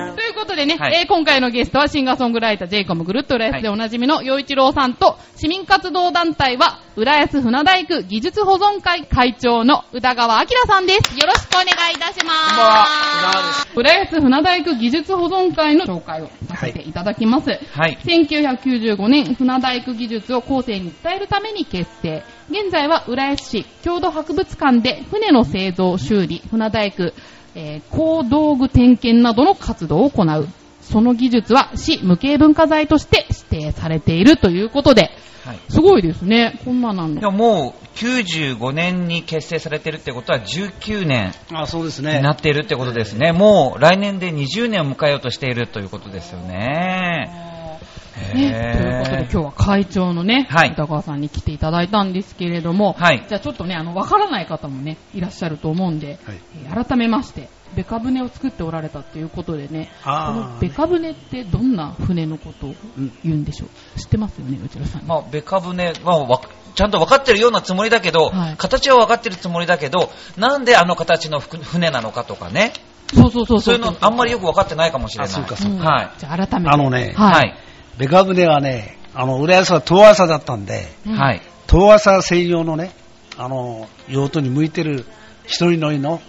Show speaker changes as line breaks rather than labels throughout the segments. はい
えー今回のゲストはシンガーソングライター、ジェイコムぐるっと浦安でおなじみの陽一郎さんと、市民活動団体は、浦安船大区技術保存会会長の宇田川明さんです。よろしくお願いいたします。
こんばんは宇田川です
浦安船大区技術保存会の紹介をさせていただきます。
はい。
1995年、船大工技術を後世に伝えるために結成。現在は浦安市郷土博物館で船の製造、修理、船大工、えー工道具点検などの活動を行う。その技術は市無形文化財として指定されているということで、
はい。
すごいですね。こんななん
で
だ。
ももう95年に結成されてるってことは19年
あ、そうです
に
ね。
なっているってことですね。もう来年で20年を迎えようとしているということですよね。
ね、ということで今日は会長のね、
はい
歌川さんに来ていただいたんですけれども、
はい
じゃあちょっとね、あの、わからない方もね、いらっしゃると思うんで、
はい
えー改めまして、ベカ船を作っておられたということでね、こ
あー
のベカ船ってどんな船のことを言うんでしょう、知ってますよね、うちらさん。
まあ、ベカ船はわちゃんと分かってるようなつもりだけど、
はい
形は分かってるつもりだけど、なんであの形のふ船なのかとかね、
そうそうそう
そういうのあんまりよく分かってないかもしれない。
あそうか
うん
はい。
じゃあ改めて。
あのね、
はい
はい。
ベカ船はね、あの、浦安は遠浅だったんで、
うん
はい。
遠浅専用のね、あの、用途に向いてる一人乗りの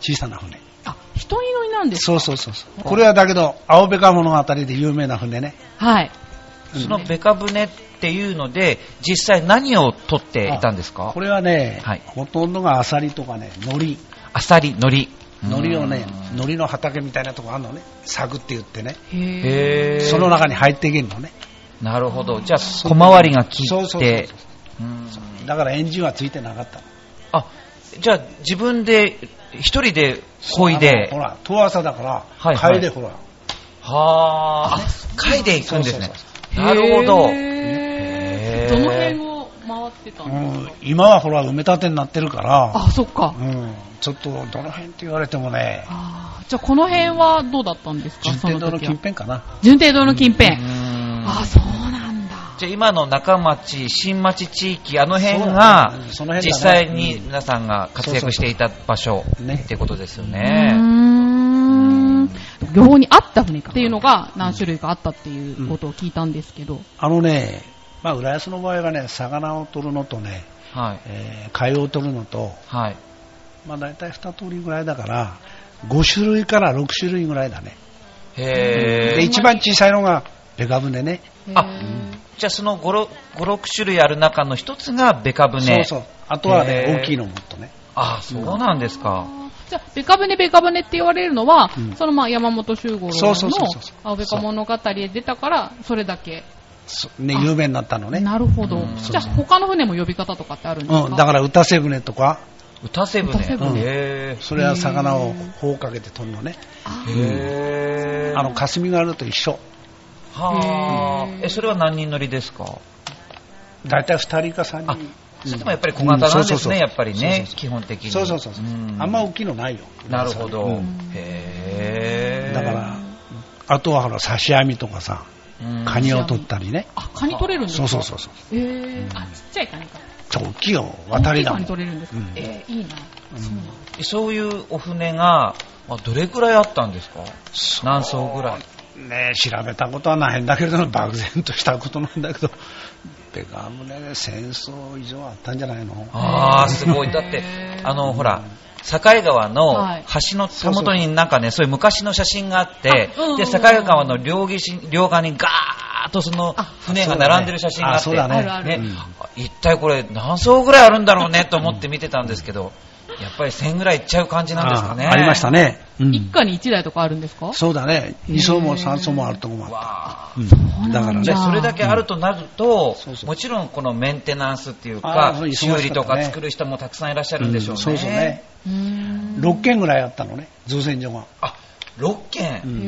小さな船。
あ、一人乗りなんです
そうそうそうそう。これはだけど、青ベカ物語で有名な船ね。
はい。
そのベカ船っていうので、実際何を取っていたんですか
これはね、
はい
ほとんどがアサリとかね、海苔。
アサリ、海苔。
海苔をね
うん、
海苔の畑みたいなとこあるのね。柵って言ってね。
へー。
へー
その中に入っていけんのね。
なるほど。じゃあ、小回りが切
そう
っ
そうそう
て
そ。
うん
だからエンジンはついてなかったの。
あ、じゃあ、自分で、一人で漕いで
あのほ。ら、遠浅だから、
はいはい
貝でほら、
はーあ、貝で行くんですね
そうそ。
なるほど。
へ
へ
ー
ー
どの辺を回ってたんですか、
うん今はほら埋め立てになってるから、
あ、そっか。
うん、ちょっとどの辺って言われてもね、
あーじゃあこの辺はどうだったんですか、
順
その
天堂の
時
近
は。
辺かな。
順天堂の近辺。
うん
あー、そうなんだ。
じゃあ今の中町、新町地域、あの辺
そうだ
が
ねその辺だね
実際に皆さんが活躍していた場所
そうね
ってことですよ
うー
ね。
ん。両方にあった船かっていうのが何種類かあったっていうことを聞いたんですけど。
あのね、まあ、浦安の場合はね、魚を取るのとね、
はい。
えー貝を取るのと、
はい。
まあ、大体2通りぐらいだから、5種類から6種類ぐらいだね。
へ
で、
ー
一番小さいのがベガ船ね。
あ
へー
じゃあその5、6種類ある中の一つがベカ船。
そうそう。あとは
へ
ね
ー、
大きいのもっとね。
あ、そうなんですか。
じゃあ、ベカ船、ベカ船って言われるのは、
うん
そのまあ山本周五郎
そうそうそう
の
そう
青ベカ物語で出たから、それだけ。
そね、有名になったのね。
なるほど
う。ん
じゃあ、他の船も呼び方とかってあるんですか
うん、だから歌瀬船とか、
歌瀬船。
歌瀬
船
へー
それは魚を頬かけて取るのね。
あー
へー
あの、霞ヶ浦と一緒。
は
へ
ー
ー
え、それは何人乗りですか
大体2人か3
あ
人。、
それでもやっぱり小型なん
うんそうそ
で
う
す
そう
ね、やっぱり
そ
ね
うそう、そう
基本的に。
そうそうそうそう。
ん
あんま大きいのないよ。
なるほど。
うん
へー
だから、あとはほら、刺し網とかさ、
うん
カニを取ったりね。
あ、カニ取れるんです
そ
か
うそうそうそ
え
う。
ー、あ、ちっちゃいカニか。
ちょ大きいよ、渡りだも
大きいカニ
ん。
取れるんですか、
うん
えー、いいな。そうなんだ
そういうお船が、まあどれくらいあったんですか何艘ぐらい
ね調べたことはないんだけれども、漠然としたことなんだけど、ベガムね、戦争以上あったんじゃないの
ああ、すごい。だって
へ、ー
あの、ほら、境川
は
の
い
橋のたもとになんかね、そういう昔の写真があって
あうんうんうん、
で、境川の両岸両側にガーッとその
あ
船が並んでる写真があって、
そうだねあ
そうだね
ね
あるあるうん
一体これ何層ぐらいあるんだろうねと思って見てたんですけど、やっぱり1000ぐらいいっちゃう感じなんですかね。
あありましたね。うん
一家に一台とかあるんですか
そうだね。2層も3層もあるとこもあっ
わあ。
た。うん
う
だ
な
か
ん
ら
だ
で
ね。
それだけあるとなると
そう、そう
もちろんこのメンテナンスっていう
あー
か
そう、忙しかった
修
ね
理とか作る人もたくさんいらっしゃるんでしょうね。
そうそうね。。
うーん
6軒ぐらいあったのね、造船所が。
あ、6件。
うん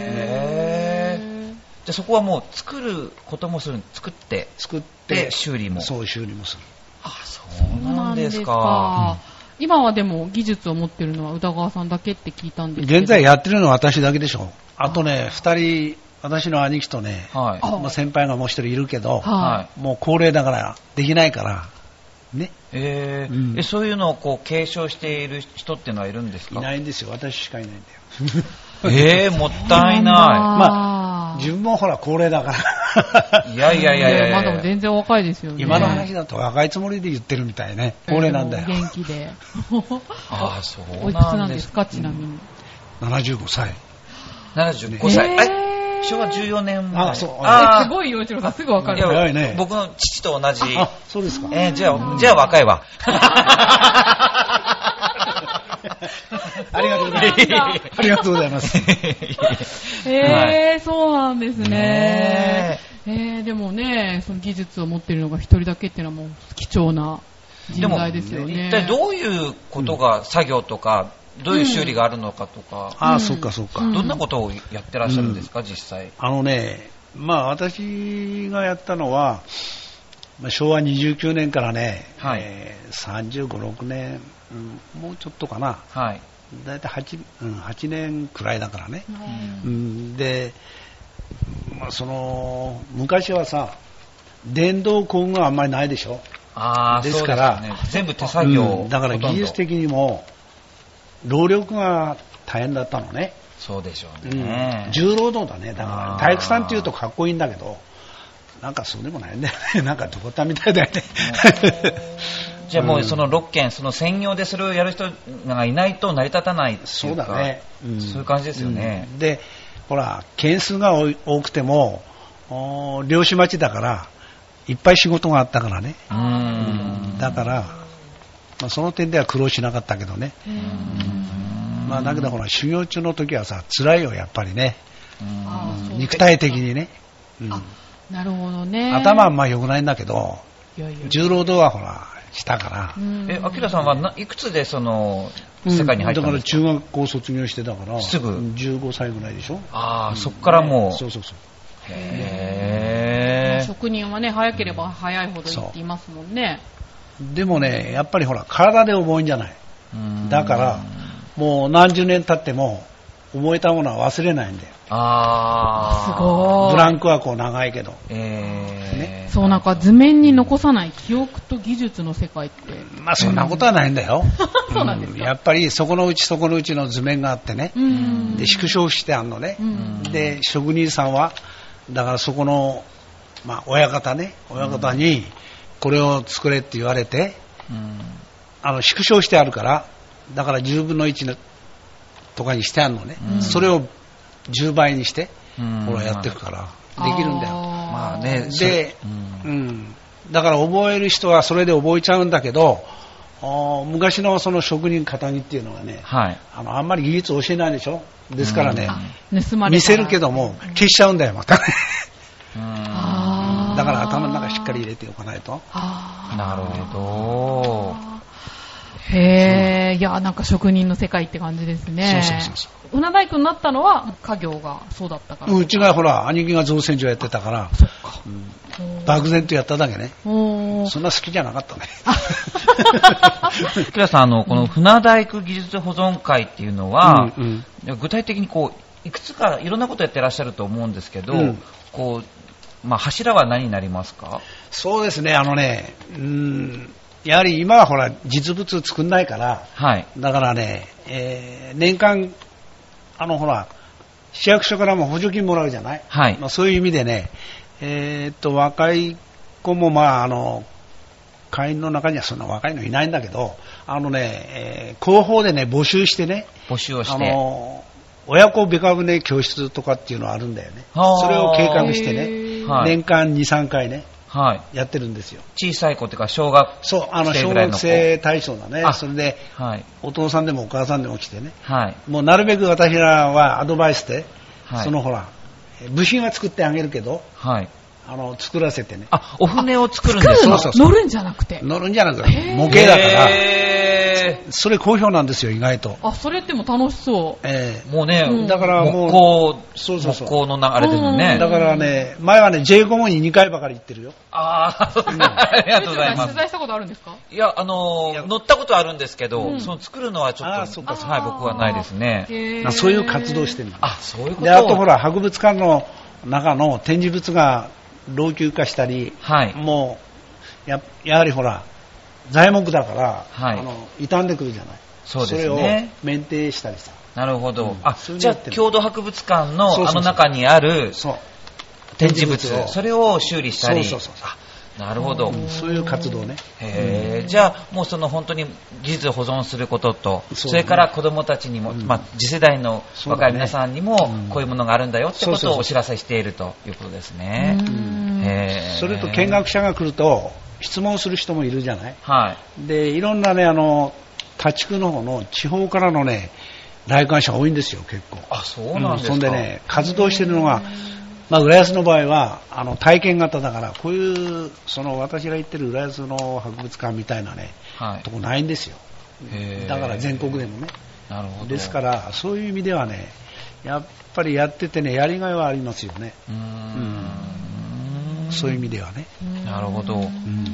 へー。じゃあそこはもう作ることもする、作って。
作っ
で
て、
修理も
そう、修理もする。
あ、そうなんです
なんです
か。
か今はでも技術を持ってるのは宇田川さんだけって聞いたんですけど。
現在やってるのは私だけでしょ。あとね、二人、私の兄貴とね、
はい。
あ
まあ先輩がもう一人いるけ
は。
ど、
はい
もう高齢だから、できないから、ね。
えー
うん
えそういうのをこう継承している人っていうのはいるんです
い
か
ないんですよ。私しかいないんだよ。
えー、もったいな
まあ、自分もほら高齢だから。
い。いやいやいやいやいや
まだ全然お若いですよね。
今の話だと若いつもりで言ってるみたいね。高齢なんだよ。
元気で。
ああ、そう
おいくつ
な
なん
んで
ですす
か。
か、ちなみに。
75歳。
75歳。
えー
え、昭和14年前。
あそう
え
あ
すごい洋一郎さん、すぐわか
いや
る。
早いね
僕の父と同じ。
あ、そうですか。
えーじゃあ、じゃあ若いわ。
ありがとうございます。ありがとうございます。
えー、そうなんですね
ね。
えー、でもね、その技術を持ってるのが一人だけっていうのはもう貴重な人
でも、
材ですよね。
一体どういうことが作業とか、どういう修理があるのかとか、
あ
う
あ、
ん
そっかそっか。
うん
どんなことをやってらっしゃるんですか、実際。
あのね、まあ私がやったのは、まあ昭和29年からね、
はい
えー35、6年、うんもうちょっとかな、
はい。
だいたい 8,、うん、8年くらいだからね。
うん
うんで、まあその、昔はさ、電動工具があんまりないでしょ。
ああ、
ですか
そ
ら
うですよね全部手作業、
うんだから技術的にも、労力が大変だったのね。
そうでしょ
う
うんね。
重労働だね、だ
あ
か
ー
ら、体育さんっていうとかっこいいんだけど、なんかそうでもないんだよね、 なんかどこたみたいだよね。
じゃあもうその6件、その専業でそれをやる人がいないと成り立たないっていうか、
そうだね、ん
そういう感じですよね。
うんで、ほら、件数が多い多くても、おー漁師町だから、いっぱい仕事があったからね、
うーん。
だから、まあ、その点では苦労しなかったけどね、まあ、だけどほら、修行中の時はさ、辛いよ、やっぱりね、
あーそう
肉体的にね。うん
なるほどね。
頭はあんま良くないんだけど、
いやいや
重労働はほら、したから
う。ん
え、アキラさんはないくつでその、世界に入った
だか
んです
ら
か、
中学校卒業してたから、
すぐ
15歳ぐらいでしょ。
ああ、そっからもう。
そうそうそう。
へー
職人はね、早ければ早いほどいい
そう
って言いますもんね。
でもね、やっぱりほら、体で覚えんじゃない。
うん
だから、もう何十年経っても、覚えたものは忘れないんだよ。
ああ。
すごい。
ブランクはこう長いけど。
え
ね
そう、なんか図面に残さない記憶と技術の世界っ て。
まあそんなことはないんだよ。
そうなんですか
うやっぱりそこのうちそこのうちの図面があってね
う。ん。
で、縮小してあんのね。
うん
で、職人さんは、だからそこの、まあ、親方ね、親方に、これを作れって言われて、
うん
あの、縮小してあるから、だから10分の1のとかにしてあるのね。
うん
それを10倍にして、
うん
ほら、やっていくから、できるんだよ。
まあ
あー
ね、
で
そううん
うん。だから覚える人はそれで覚えちゃうんだけど、あー昔のその職人肩木っていうのはね、
はい。
あの、あんまり技術を教えないでしょですからね、
あ盗まれた
見せるけども、消しちゃうんだよ、またね。
うん
あー
だから頭の中しっかり入れておかないと。
あ
なるほど。
ーへえ、いや、なんか職人の世界って感じですね。。
そうそうそうそう
船大工になったのは、家業がそうだったから。
うちがほら、兄貴が造船所やってたから、
そっか。
漠然とやっただけね。
おー
そんな好きじゃなかったね。
木田さん、あの、この船大工技術保存会っていうのは、
うんうん
具体的にこう、いくつかいろんなことやってらっしゃると思うんですけど、
うん
こう、まあ、柱は何になりますか
そうですね、あのね、うん、やはり今はほら、実物作んないから、
はい。
だからね、えー年間、あのほら、市役所からも補助金もらうじゃない、
はい
まあ、そういう意味でね、えーっと、若い子も、まあ、あの、会員の中にはそんな若いのいないんだけど、あのね、えー広報でね、募集してね、
募集をし
あ
て。
の、親子美顔ね教室とかっていうのあるんだよね。
あー
それを計画して
へ
ね、
ー
はい
年間2、3回ね、
はい。
やってるんですよ。
小さい子っていうか、小学
そう、あの、
生
小
ぐらい
学
の子
生対象だね
あ。
それで、
はい。
お父さんでもお母さんでも来てね。
はい。
もうなるべく私らはアドバイスで、
はい
そのほら、え部品は作ってあげるけど、
はい。
あの、作らせてね。
あ、お船を作るん
作
で
る
す
の
か
そうそうそう
乗るんじゃなくて。
乗るんじゃなく
へ
て、
ー
模型だから、
へ
それ好評なんですよ、意外と。
あ、それっても楽しそう。
え
ーもうね、
うん
だからもう
木工、
そうそうそう
木工の流れですもん
う
え
ね。
ん
だからね、前はね、J コモに2回ばかり行ってるよ。
ああ、 ありがとうございま
取
す。
材したことあるんですか
いや、あのー乗ったことあるんですけど、
うん
その作るのはちょっ
あ
と、
ーそっかそっ
はい、僕はないですね。
へー
なそういう活動してるの。
あ、そういうこと
で、あとほら、博物館の中の展示物が老朽化したり、
はい。
もうや、やはりほら、材木だから、
はい
あの傷んでくるじゃない。
そうですね
それを免停したりさ。
なるほど。
うん
あ、
それ
じ
で
ゃあ、
やってる
郷土博物館
そう
の
そう
あ
そう
の中にある
そう。
展示物、
展示物を
それを修理したり。
そうそうそうそう
あなるほど。
そういう活動ね。
へーじゃあ、もうその本当に技術を保存することと、そ,、
そうね
れから子供たちにも、
うん
まあ、次世代の
そう
若
だね
い皆さんにも
うん、
こういうものがあるんだよってこ
そうそ
と
う
を
そう
お知らせしているということですね。
うん
へー
それと見学者が来ると、質問する人もいるじゃない。
はい。
で、いろんなね、あの、他地区の方の地方からのね、来館者多いんですよ、結構。
あ、そうなんですか。
うそんでね、活動してるのが、まあ、浦安の場合は、あの、体験型だから、こういう、その、私が行ってる浦安の博物館みたいなね、
はい
と。こないんですよ。
へー
だから全国でもね。
なるほど。
ですから、そういう意味ではね、やっぱりやっててね、やりがいはありますよね。
うーん
そういう意味ではね。
なるほど。
うん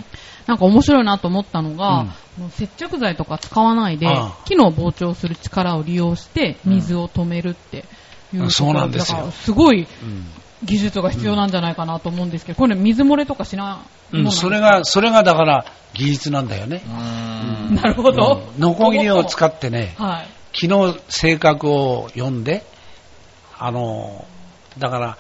なんか面白いなと思ったの
う
が
ん、
もう接着剤とか使わないで
ああ、
木の膨張する力を利用して水を止めるっていうところ、
うんそうなんですよ
だからすごい
うん
技術が必要なんじゃないかなと思うんですけど、これ水漏れとかしないも
うん
なんです
それ
か
が、それがだから技術なんだよね
う。ーん
なるほど。
うんノコギリを使
っ
ってね、
はい。
木の性格を読んで、あの、だから、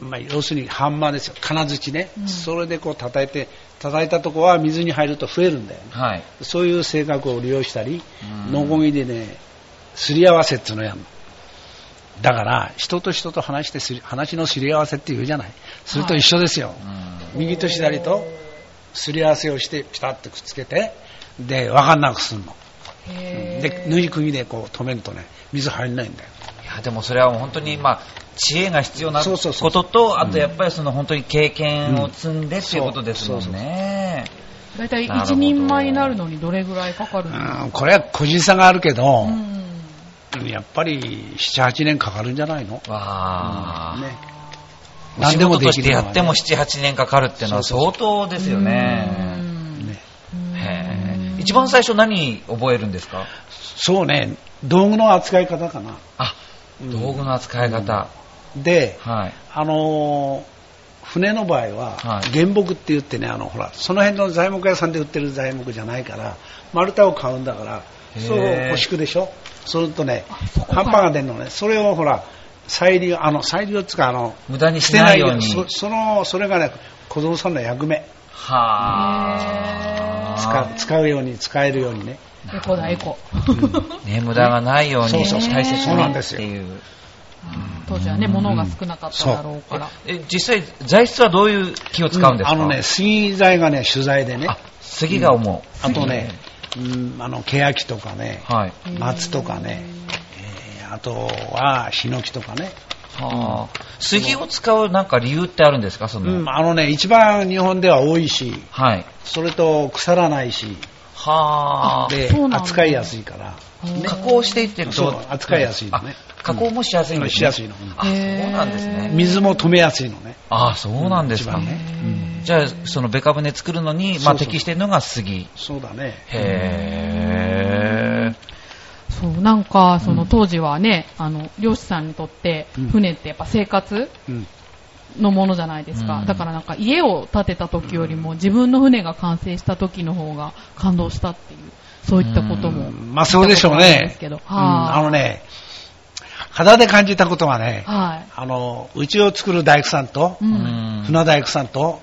まあ、要するにハンマーですよ。金槌ね。
うん
それでこう叩いて、叩いたとこは水に入ると増えるんだよね。
はい。
そういう性格を利用したり、
うん
ノコギリでね、すり合わせっていうのやんのだから、人と人と話してすり、話のすり合わせって言うじゃない。それと一緒ですよ。
うん
右と左とすり合わせをしてピタッとくっつけてで分かんなくするので
へ
縫い釘でこう止めるとね水入んないんだよ
いやでもそれはもう本当に、まあ、知恵が必要な
そう
こ
そうそう
とと、あとやっぱりその本当に経験を積んでっていうことですも
そ
ん
うそう
ね。
ーだいたい
なるほ
一
ど
人前になるのにどれぐらいかかる
うん
ですか
んこれは個人差があるけど
う、ん
やっぱり78年かかるんじゃないの、
わあ、
ね、
お仕事として
の
や
はね
っても7、8年かかるっていうのは
そうそ
相当ですよ
う
ね。
ん
ね
へえ一番最初何覚えるんですか
そうね道具の扱い方かな
あ、道具の扱い方。
で
はい。
あのー船の場合は
はい
原木って言ってね、あのほらその辺の材木屋さんで売ってる材木じゃないから丸太を買うんだから
へー
そう欲しくでしょそれとね
そこか
葉っぱが出るのねそれをほら再利用あの再利用っつうかあの
無駄にしないように。
捨てそそのそれがね小僧さんの役目
はあ。
使う使うように使えるようにね
エコだエコ、
ね、無駄がないように
そう
そうそう
大切に
そうなんです
っ
よ
ていう。
当時はね物が少なかっただろうから
え、実際、材質はどういう木を使うんですか、
あのね杉材がね取材でね
あ、杉が思う。
あとね、うん、あの欅とかね、
はい。
松とかね、えーあとはヒノキとかね、
はあ。杉を使うなんか理由ってあるんですかその、
うん、あのね、一番日本では多いし、
はい。
それと腐らないし、
はあ。
で
そうなんだ
扱いやすいから、
加工していってる
そ
と
う、扱いやすいのね
あ加工もしやすいんです、ね、
しやすいの
あ、そうなんですね。
水も止めやすいのね、
あ、そうなんですか。
一番ね
じゃあ、そのベカ舟作るのに、ま
そ
あ、
うそう
適してるのが杉。
そうだね、
へえ。
そうなんかその当時はね、あの漁師さんにとって
うん
船ってやっぱ生活
うん、
のものじゃないですか、
うん
だからなんか家を建てた時よりも自分の船が完成した時の方が感動したっていうそういったことも、
まあそうでしょう
聞いたことあるんで
ね
す、けど
うん
はい
あのね、肌で感じたことはね、
はい、
あのうちを作る大工さんと、
う
うんん
船大工さんと、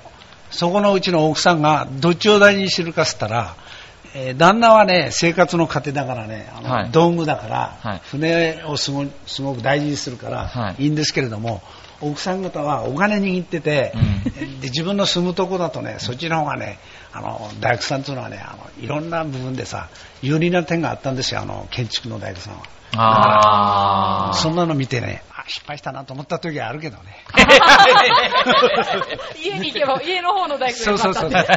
そこのうちの奥さんがどっちを大事にしてるかっつったら、えー旦那はね、生活の糧だからね、あの
はい
道具だから、
はい
船をすごすごく大事にするから、
はい
い、いんですけれども、奥さん方はお金握ってて、で自分の住むとこだとね、そっちの方がね、あの大工さんというのはねあの、いろんな部分でさ、有利な点があったんですよ、あの建築の大工さんは。
ああ。
そんなの見てね、あ失敗したなと思った時はあるけどね。
家に行けば家の方の大工がよか ったんで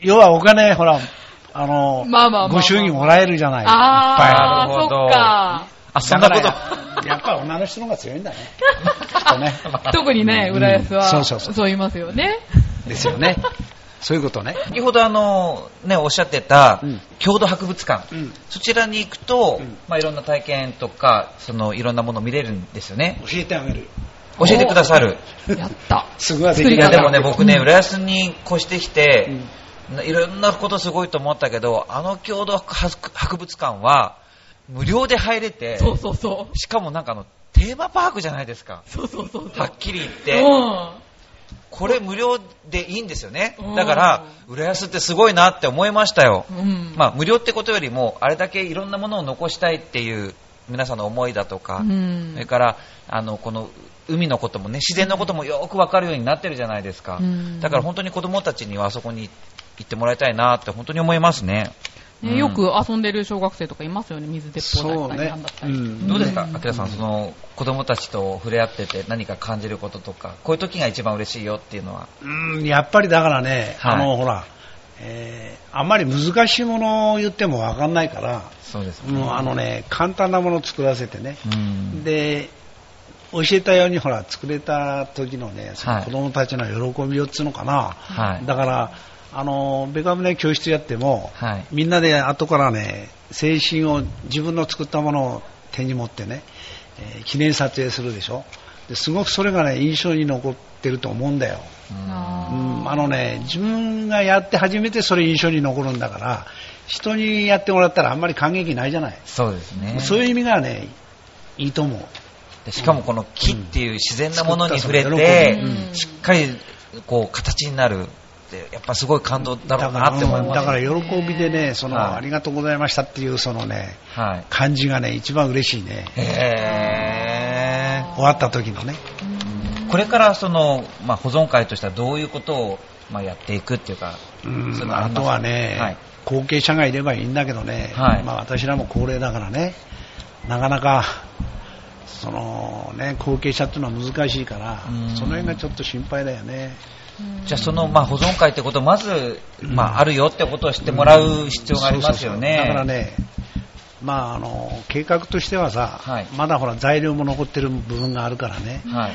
要はお金、ほら、あの、
まあまあまあまあ
ご祝儀もらえるじゃない。
あ
いっぱいある
ーそっか
あ、
いっ
そ
ぱい
んな
だか
こ
ら
と。
やっぱり女の人の方が強いんだね。きっとね。
特にね、浦安は、
う
そ
んそううそうそう
言いますよね。
ですよね。そういうことね。
先ほどあの、ね、おっしゃってた
うん、
郷土博物館、
うん
そちらに行くと、
うん
まあ、いろんな体験とか、その、いろんなもの見れるんですよね。
教えてあげるよ。
教えてくださる。
やった。
すぐはで
作
き
り
い
な
や、
い
方
で
だろ
もね、僕
うけど。
ね、浦安に越してきて、
うん
いろんなことすごいと思ったけど、あの郷土博物館は、無料で入れて、
そうそうそ
しかもなんかあの、テーマパークじゃないですか
う。。そうそうそうそう。
はっきり言っ
う
て。
ん。
これ無料でいいんですよね
うん。
だから、浦安ってすごいなって思いましたよ。
うん。
まあ、無料ってことよりも、あれだけいろんなものを残したいっていう皆さんの思いだとか、
うん
それから、あの、この、海のこともね、自然のこともよくわかるようになってるじゃないですか。
うん
だから本当に子供たちにはあそこに行ってもらいたいなって本当に思いますね。う
ね
ん
よく遊んでる小学生とかいますよね、水鉄砲だったり、なんだったり。
そうねうん
どうですか、あきらさん、その子供たちと触れ合ってて何か感じることとか、こういう時が一番嬉しいよっていうのは。
うん、やっぱりだからね、
はい
あの、ほら、えーあんまり難しいものを言ってもわかんないから、
そうです
もうあのね、簡単なものを作らせてね、
うん。
で、教えたようにほら、作れた時のね、その子供たちの喜びをっつうのかな、
はい。
だから、あの、ベカムね、教室やっても、
はい。
みんなで後からね、精神を、自分の作ったものを手に持ってね、えー記念撮影するでしょ。ですごくそれがね、印象に残ってると思うんだよ。
うん
うん、あのね、自分がやって初めてそれ印象に残るんだから、人にやってもらったらあんまり感激ないじゃない。
そうですね。
そういう意味がね、いいと思う。
でしかもこの木っていう自然なものに触れ
うん作った
そ
て
の喜びう、ん
しっかりこう形になるって、やっぱすごい感動だろうなって思います。
だから喜びでね、その、
はい
ありがとうございましたっていうそのね、
はい。
感じがね、一番嬉しいね。
へ
終わった時のね。
ーこれからその、まあ、保存会としてはどういうことを、まあ、やっていくっていうか、
うん
それ、はあ
あ
ります
とはね、
はい
後継者がいればいいんだけどね、
はい
まあ私らも高齢だからね、なかなか、そのね、後継者っていうのは難しいから
うん、
その辺がちょっと心配だよね。
じゃあその、まあ、保存会ってことをまず、まあ、あるよってことを知ってもらう必要がありますよね。
そうそうそうだからね、まああの、計画としてはさ、
はい
まだほら材料も残ってる部分があるからね、
はい。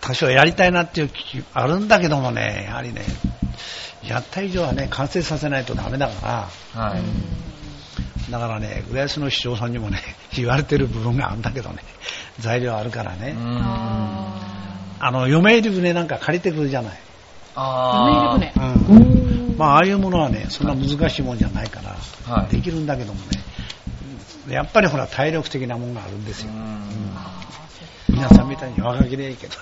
多少やりたいなっていう気あるんだけどもね、やはりね、やった以上はね、完成させないとダメだから、
はい。
だからね、浦安の市長さんにもね、 言われてる部分があるんだけどね、材料あるからね、
うん
あ
あの、嫁入り船なんか借りてくるじゃない。
ー。
あー
嫁入り船。
うん。まあ、ああいうものはね、そんな難しいもんじゃないから、
はい
できるんだけどもね、やっぱりほら、体力的なもんがあるんですよ。
うん
皆さんみたいに若気でいいけど。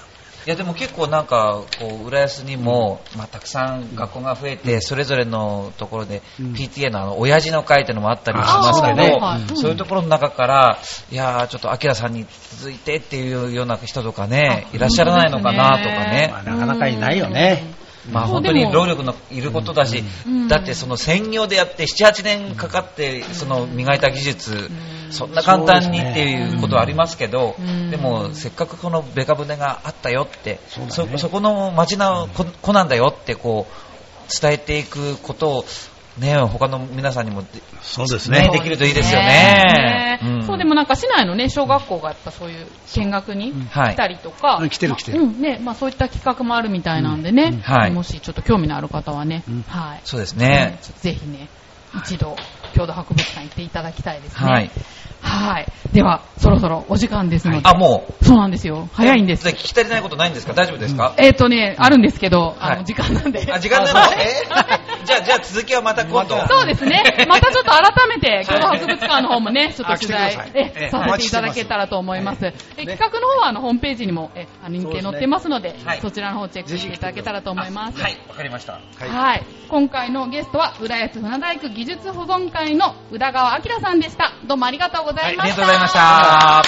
いやでも結構なんかこう浦安にも、まあ、たくさん学校が増えて、それぞれのところで
うん
PTA のあの親父の会っていうのもあったりします
あ
けど、
ーはいはい
うんそういうところの中からいやーちょっと明さんに続いてっていうような人とかねいらっしゃらないのかなとかね
まあ、なかなかいないよね。
まあ
そう
本当
で
に
も
労力のいることだし、
うん
だってその専業でやって7、8年かかってその磨いた技術、そんな簡単にっていうことはありますけど、
うん
でもせっかくこのベカ舟があったよって、
そうだ
そ
ね
そこの町の子子なんだよってこう伝えていくことを、ね、他の皆さんにもで,、
そうです
ね、できるといいですよね。
ね
ん
そうでもなんか市内のね、小学校がやっぱそういう見学に
はい
来たりとか、
うん来てる来てる
うん、ね、まあそういった企画もあるみたいなんでね、
うん
はい
もしちょっと興味のある方はね、
うん
はい。
そうですね
うん、ちょっとぜひね、一度、郷土博物館行っていただきたいですね。
はい。
はい。では、そろそろお時間ですので。
あも
う。そうなんですよ。早いんです
じゃ。あ聞き足りないことないんですか大丈夫ですか、
えっ、とね、あるんですけど、あ
は
の、
い
時間なんで。
あ時間 なのえー じゃあ、じゃあ続きはまた今度。
そうですね。またちょっと改めて、京都博物館の方もね、ちょっと取材
あ来てくださいえ
え
え
させていただけたらと思います。え企画の方はあのホームページにもえあの日程載ってますので、
はい
そちらの方チェックしていただけたらと思います。
はい、わかりました。
はい、今回のゲストは浦安船大工技術保存会の宇田川明さんでした。どうもありがとうござ
はいい、
ま
あ
し
り
た。
がとうございまし。た。
あ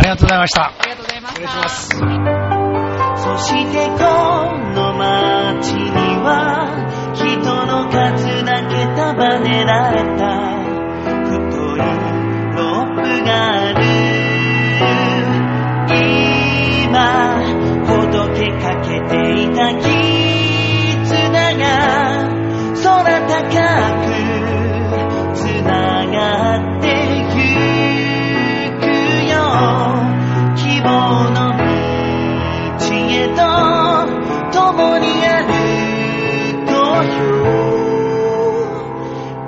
りがとうございました。
ありがとうございました。
お願いします
そしてこの街には人の数だけ束ねられた太いロープがある今ほどけかけていた絆が空高くつながってゆくよ希望の道知恵と共に歩こうよ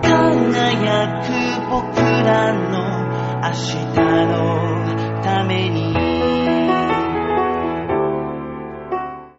輝く僕らの明日の